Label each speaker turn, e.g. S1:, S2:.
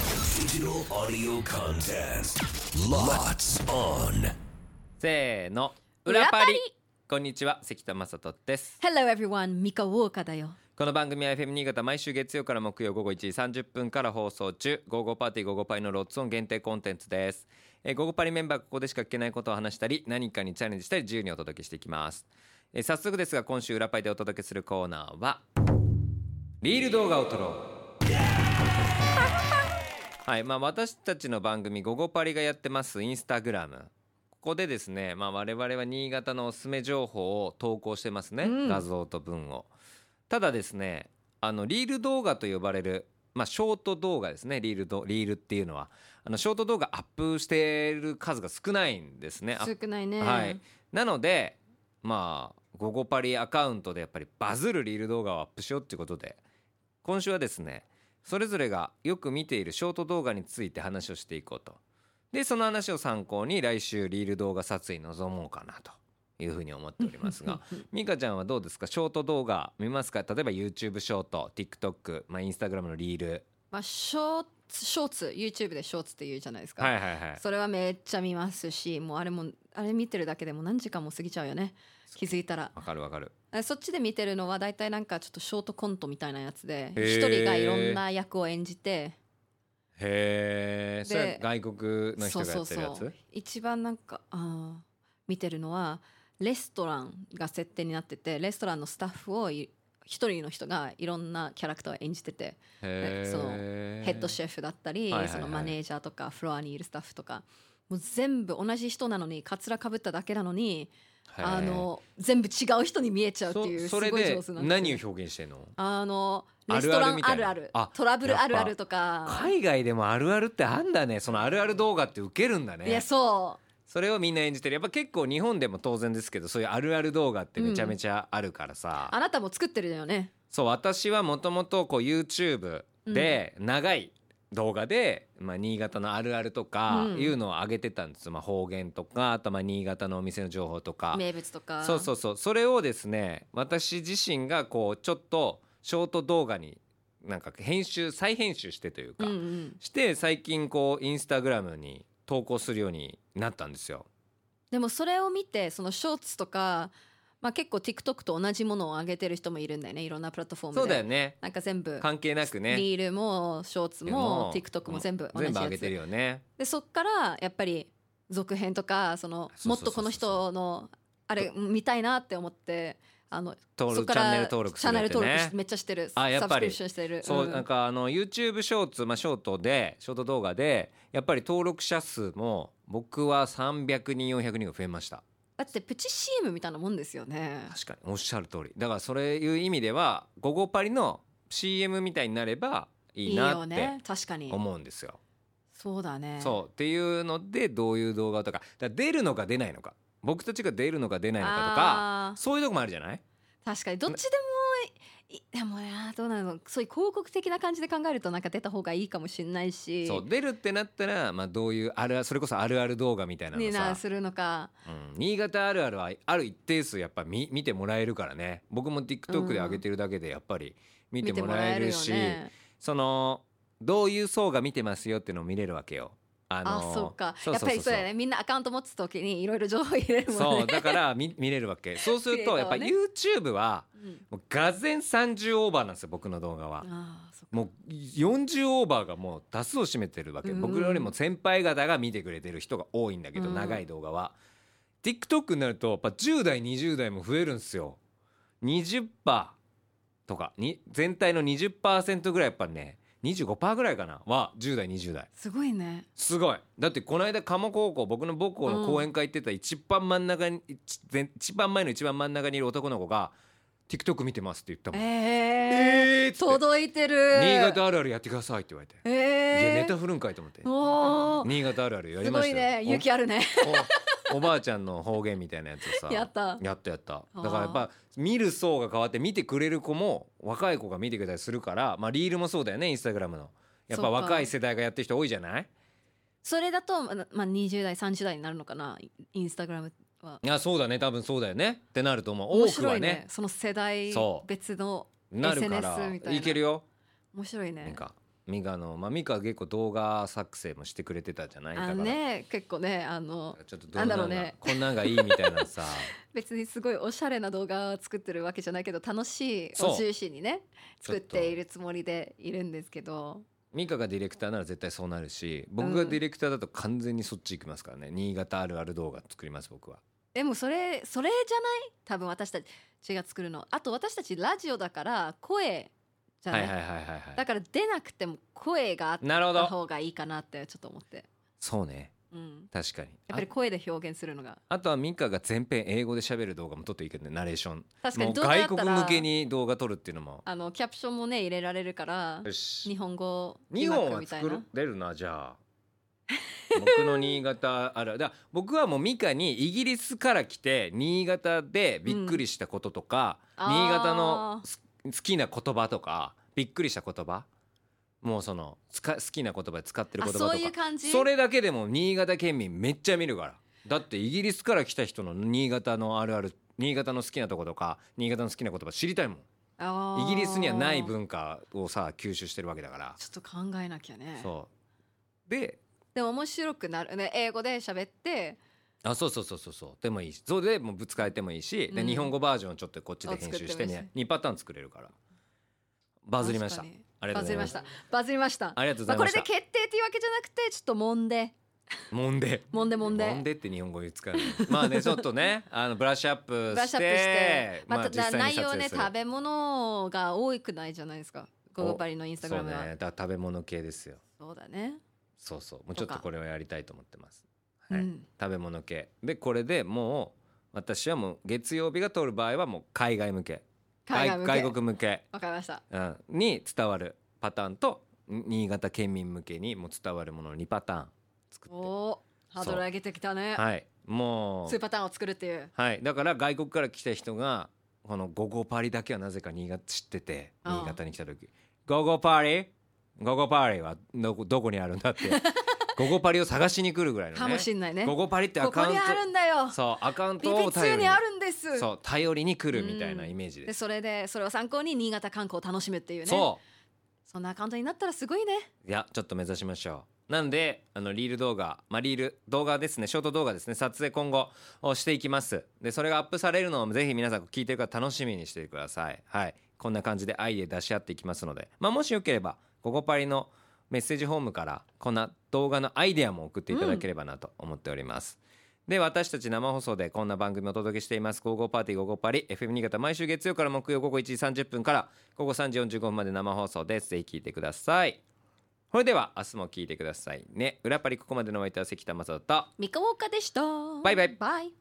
S1: Digital audio contest. Lots on.
S2: せーの
S3: 裏
S2: 裏
S3: パ
S2: パ
S3: リ
S2: リこんにちは関田正人です
S3: Hello everyone, ミカ・ウォーカーだよ。
S2: この番組は FM 新潟毎週月曜から木曜午後1時30分から放送中「午後パーティー午後パリ」のロッツオン限定コンテンツですえー午後パリメンバーここでしか聞けないことを話したり何かにチャレンジしたり自由にお届けしていきますえー早速ですが今週裏パリでお届けするコーナーはリール動画を撮ろう はいまあ、私たちの番組「ゴゴパリ」がやってますインスタグラムここでですね、まあ、我々は新潟のおすすめ情報を投稿してますね、
S3: うん
S2: 画像と文をただですねあのリール動画と呼ばれる、まあ、ショート動画ですねリールどリールっていうのはあのショート動画アップしてる数が少ないんですねアップ
S3: 少ないね。
S2: はい、なのでまあ「ゴゴパリ」アカウントでやっぱりバズるリール動画をアップしようっていうことで今週はですねそれぞれがよく見ているショート動画について話をしていこうとでその話を参考に来週リール動画撮影に臨もうかなというふうに思っております が美香ちゃんはどうですかショート動画見ますか例えば YouTube ショート TikTok、まあ、Instagram のリール
S3: まあ、ショーツ、ショーツ、YouTube でショーツって言うじゃないですか。
S2: はいはいはい
S3: それはめっちゃ見ますし、もうあれも、あれ見てるだけでも何時間も過ぎちゃうよね。気づいたら。
S2: わかるわかる
S3: えそっちで見てるのは大体なんかちょっとショートコントみたいなやつで、
S2: へー
S3: 一人がいろんな役を演じて、
S2: へえそれ
S3: で
S2: は外国の人
S3: そう
S2: がや
S3: そう
S2: って
S3: そ
S2: るやつ
S3: う。一番なんか、あー見てるのは、レストランが設定になってて、レストランのスタッフをい一人の人がいろんなキャラクターを演じてて、
S2: へー
S3: そヘッドシェフだったり、
S2: はいはいはい
S3: そのマネージャーとかフロアにいるスタッフとかもう全部同じ人なのにかつらかぶっただけなのに
S2: へー
S3: あの全部違う人に見えちゃうっていうす
S2: そ
S3: ご
S2: れ
S3: い上手なん
S2: で
S3: ですよ
S2: 何を表現してんの
S3: あの
S2: あるあ
S3: レ
S2: る
S3: ストランあるあ
S2: み
S3: る
S2: たいなあ
S3: トラブルあるあるとか、
S2: 海外でもあるあるってあんだねそのあるある動画ってウケるんだ
S3: いや
S2: ね
S3: そ
S2: それをみんな演じてるやっぱ結構日本でも当然ですけどそういうあるある動画ってめちゃめちゃあるから
S3: う
S2: さ、
S3: あなたも作ってるよね
S2: そう私はもともとこう YouTube で長い動画で、まあ、新潟のあるあるとか
S3: うん
S2: いうのを上げてたんですよ、まあ、方言とかあとまあ新潟のお店の情報とか
S3: 名物とか
S2: そうそうそうそれをですね私自身がこうちょっとショート動画になんか編集再編集してというか、
S3: うんうん、
S2: して最近こうインスタグラムに投稿するようになったんですよ。
S3: でもそれを見てそのショーツとか、まあ、結構 TikTok と同じものを上げてる人もいるんだよねいろんなプラットフォームで
S2: そうだよね
S3: なんか全部
S2: 関係なくね
S3: リールもショーツも TikTok も全部同じ
S2: 全部上
S3: や
S2: げてる
S3: つ
S2: よね。
S3: でそっからやっぱり続編とかその
S2: そう
S3: も
S2: そうそうそう
S3: っとこの人のあれ見たいなって思ってあの
S2: 登
S3: そ
S2: 録
S3: っか
S2: チャン
S3: ら
S2: ネル登録
S3: チ
S2: す
S3: ャ
S2: る
S3: ンネル
S2: って
S3: 登録
S2: ね
S3: し。めっちゃしてる
S2: あやっぱり
S3: サブスクリプションしてる
S2: そう、
S3: ん
S2: なんかあの YouTube ショーツ、まあ、ショートでショート動画でやっぱり登録者数も僕は300人400人が増えました
S3: だってプチ CM みたいなもんですよね
S2: 確かにおっしゃる通りだからそれいう意味では「ゴゴパリ」の CM みたいになればい
S3: い
S2: い
S3: い
S2: な
S3: よ
S2: って
S3: ね確かに
S2: 思うんですよ。
S3: そうだね
S2: そうっていうのでどういう動画とかだから出るのか出ないのか僕たちが出るのか出ないのかとか
S3: あー
S2: そういうとこもあるじゃない
S3: 確かにどっちでもいでもなどうなのそういう広告的な感じで考えるとなんか出た方がいいかもしれないし
S2: そう出るってなったら、まあ、どういうあるあるそれこそあるある動画みたいな
S3: に
S2: の
S3: な
S2: さ、
S3: するのか
S2: うん、新潟あるあるはある一定数やっぱ見見てもらえるからね僕も TikTok で上げてるだけでやっぱり見てもらえるし、
S3: 見てもらえるよね
S2: そのどういう層が見てますよっていうのを見れるわけよ。あ
S3: あ
S2: の
S3: そうか
S2: そう
S3: やっ
S2: そうそ
S3: ぱ
S2: う
S3: りそうだよねみんなアカウント持つ時にいろいろ情報入れるもん
S2: そ
S3: ね
S2: うだから見 見れるわけそうするとやっぱ
S3: 映
S2: YouTube は
S3: うん
S2: もうがぜん30オーバーなんですよ僕の動画は。
S3: ああそっか
S2: もう40オーバーがもう多数を占めてるわけ、
S3: うん
S2: 僕よりも先輩方が見てくれてる人が多いんだけど、
S3: うん
S2: 長い動画は TikTok になるとやっぱ10代20代も増えるんですよ20%とかに全体の20%ぐらいやっぱね25%ぐらいかなは10代20代
S3: すごいね
S2: すごいだってこの間鴨高校僕の母校の講演会行ってた一番真ん中に一前一番前の一番真ん中にいる男の子が TikTok 見てますって言ったもん
S3: ええ
S2: えーっつって
S3: 届いてる
S2: 新潟あるあるやってくださいって言われて、
S3: え
S2: いや
S3: え
S2: ネタ振るんかいと思って
S3: おー
S2: 新潟あるあるやり
S3: す
S2: ま
S3: ご
S2: し
S3: い
S2: たよ
S3: ね勇気あるね
S2: おおおばあちゃんの方言みたいなやつをさ
S3: やった
S2: やったやった
S3: ー
S2: だからやっぱ見る層が変わって見てくれる子も若い子が見てくれたりするからまあリールもそうだよねインスタグラムのやっ
S3: そ
S2: ぱ
S3: うか
S2: 若い世代がやってる人多いじゃない
S3: それだとままあ20代30代になるのかなイインスタグラムはい
S2: やそうだね多分そうだよねってなると思う
S3: 面
S2: 多く
S3: 白
S2: はいね
S3: ねその世代
S2: そう
S3: 別の
S2: なるから
S3: SNS みたいない
S2: けるよ
S3: 面白い
S2: なん
S3: ね
S2: かミカのまあミカは結構動画作成もしてくれてたじゃないだ
S3: あ
S2: から
S3: のね結構ねあの
S2: ちょっとどんな
S3: なんだろ
S2: の
S3: う
S2: が
S3: ね
S2: こんなんがいいみたいなさ
S3: 別にすごいおしゃれな動画を作ってるわけじゃないけど楽しい
S2: そう
S3: を重視にね
S2: ちょ
S3: 作
S2: っ
S3: っ
S2: と
S3: ているつもりでいるんですけど
S2: ミカがディレクターなら絶対そうなるし僕がディレクターだと完全にそっち行きますからね新潟あるある動画作ります僕は
S3: でもそれそれじゃない多分私たちが作るのあと私たちラジオだから声じゃ
S2: は
S3: ないい、
S2: はいはいはいは
S3: だ
S2: い
S3: から出なくても声があっ
S2: なるほ
S3: た
S2: ど
S3: 方がいいかなってちょっと思って、
S2: そうね
S3: うん、
S2: 確かに
S3: やっぱり声で表現するのが
S2: ああとはミカが全編英語で喋る動画も撮っていいけどねナレーション
S3: 確か
S2: も
S3: に
S2: う
S3: 動画だ
S2: 外
S3: ったら
S2: 国向けに動画撮るっていうのも
S3: あのキャプションもね入れられるから
S2: よし
S3: 日本語
S2: 日本
S3: 字幕
S2: は
S3: みたい
S2: 作
S3: な
S2: る出るなじゃあ僕の新潟あるだから僕はもうミカにイギリスから来て新潟でびっくりしたこととか、
S3: うん
S2: 新潟の
S3: あー
S2: す好きな言葉とかびっくりした言葉もうそのつか好きな言葉で使ってる
S3: あ
S2: 言葉とか
S3: そういう感じ
S2: それだけでも新潟県民めっちゃ見るからだってイギリスから来た人の新潟のあるある新潟の好きなとことか新潟の好きな言葉知りたいもん
S3: あー
S2: イギリスにはない文化をさ吸収してるわけだから
S3: ちょっと考えなきゃね
S2: そうで
S3: でも面白くなるね英語で喋って
S2: あそうそうそうそうそうでもいいしそうでもうぶつかえてもいいし、で
S3: うん
S2: 日本語バージョンをちょっとこっちで
S3: あ
S2: 編集して
S3: 作ってもいいし
S2: ね2パターン作れるからバズりました
S3: 確かに
S2: ありがと
S3: バ
S2: うございま
S3: ズりま
S2: し
S3: したたバズりました
S2: ありがとうござい
S3: まあ、こ
S2: ま
S3: れ
S2: し
S3: で
S2: た、
S3: 決定っていうわけじゃなくてちょっともんで
S2: もんで
S3: もんでもんで
S2: もんでって日本語で使うのまあねちょっと ねあのブラッシュアップ
S3: ブラッ
S2: し
S3: シュアップして
S2: て
S3: また、
S2: 実際に
S3: 内
S2: 撮
S3: 容
S2: 影
S3: ね
S2: する
S3: 食べ物が多くないじゃないですかゴゴパリのインスタ
S2: そ
S3: グラ
S2: う
S3: ム
S2: ね
S3: は
S2: だから食べ物系ですよ
S3: そうだね、
S2: そうそうもうちょっと
S3: とか
S2: これをやりたいと思ってます、はい
S3: うん
S2: 食べ物系でこれでもう私はもう月曜日が通る場合はもう海外向け
S3: 海外向け
S2: 外国向け
S3: わかりました
S2: うんに伝わるパターンとん新潟県民向けにも伝わるものの2パターン作
S3: お
S2: っ
S3: おーハードル上げてきたね
S2: てはいも
S3: そういう
S2: う
S3: パターンを作るっていう
S2: はいだから外国から来た人がこの「ゴゴパリ」だけはなぜか新潟知ってて
S3: うん
S2: 新潟に来た時「ゴゴパリゴゴパリはどこどこにあるんだ」って ゴゴパリを探しに来るぐらいのね
S3: かもしんないね
S2: ゴ
S3: こ
S2: ゴパリってア
S3: こ
S2: カウン
S3: にあるんだよ
S2: トそうアカウントを
S3: PP2
S2: 頼り
S3: にあるんです
S2: そう頼りに来るみたいなイメージ
S3: で
S2: です
S3: それでそれを参考に新潟観光を楽しむっていうね
S2: そう
S3: そんなアカウントになったらすごいね
S2: いやちょっと目指しましょうなんであのリール動画まあリール動画ですねショート動画ですね撮影今後をしていきますでそれがアップされるのをぜひ皆さん聞いてるから楽しみにしてくださいはいこんな感じでアイデア出し合っていきますのでまあもしよければ「ここパリ」のメッセージホームからこんな動画のアイデアも送っていただければなと思っております、で私たち生放送でこんな番組をお届けしています「ゴーゴーパーティーゴーゴーパリ」FM 新潟毎週月曜から木曜午後1時30分から午後3時45分まで生放送ですぜひ聞いてくださいそれでは明日も聞いてくださいね裏パリここまでのお相手は関田正人と
S3: 三日ウォーカーでした
S2: バイバイ
S3: バイ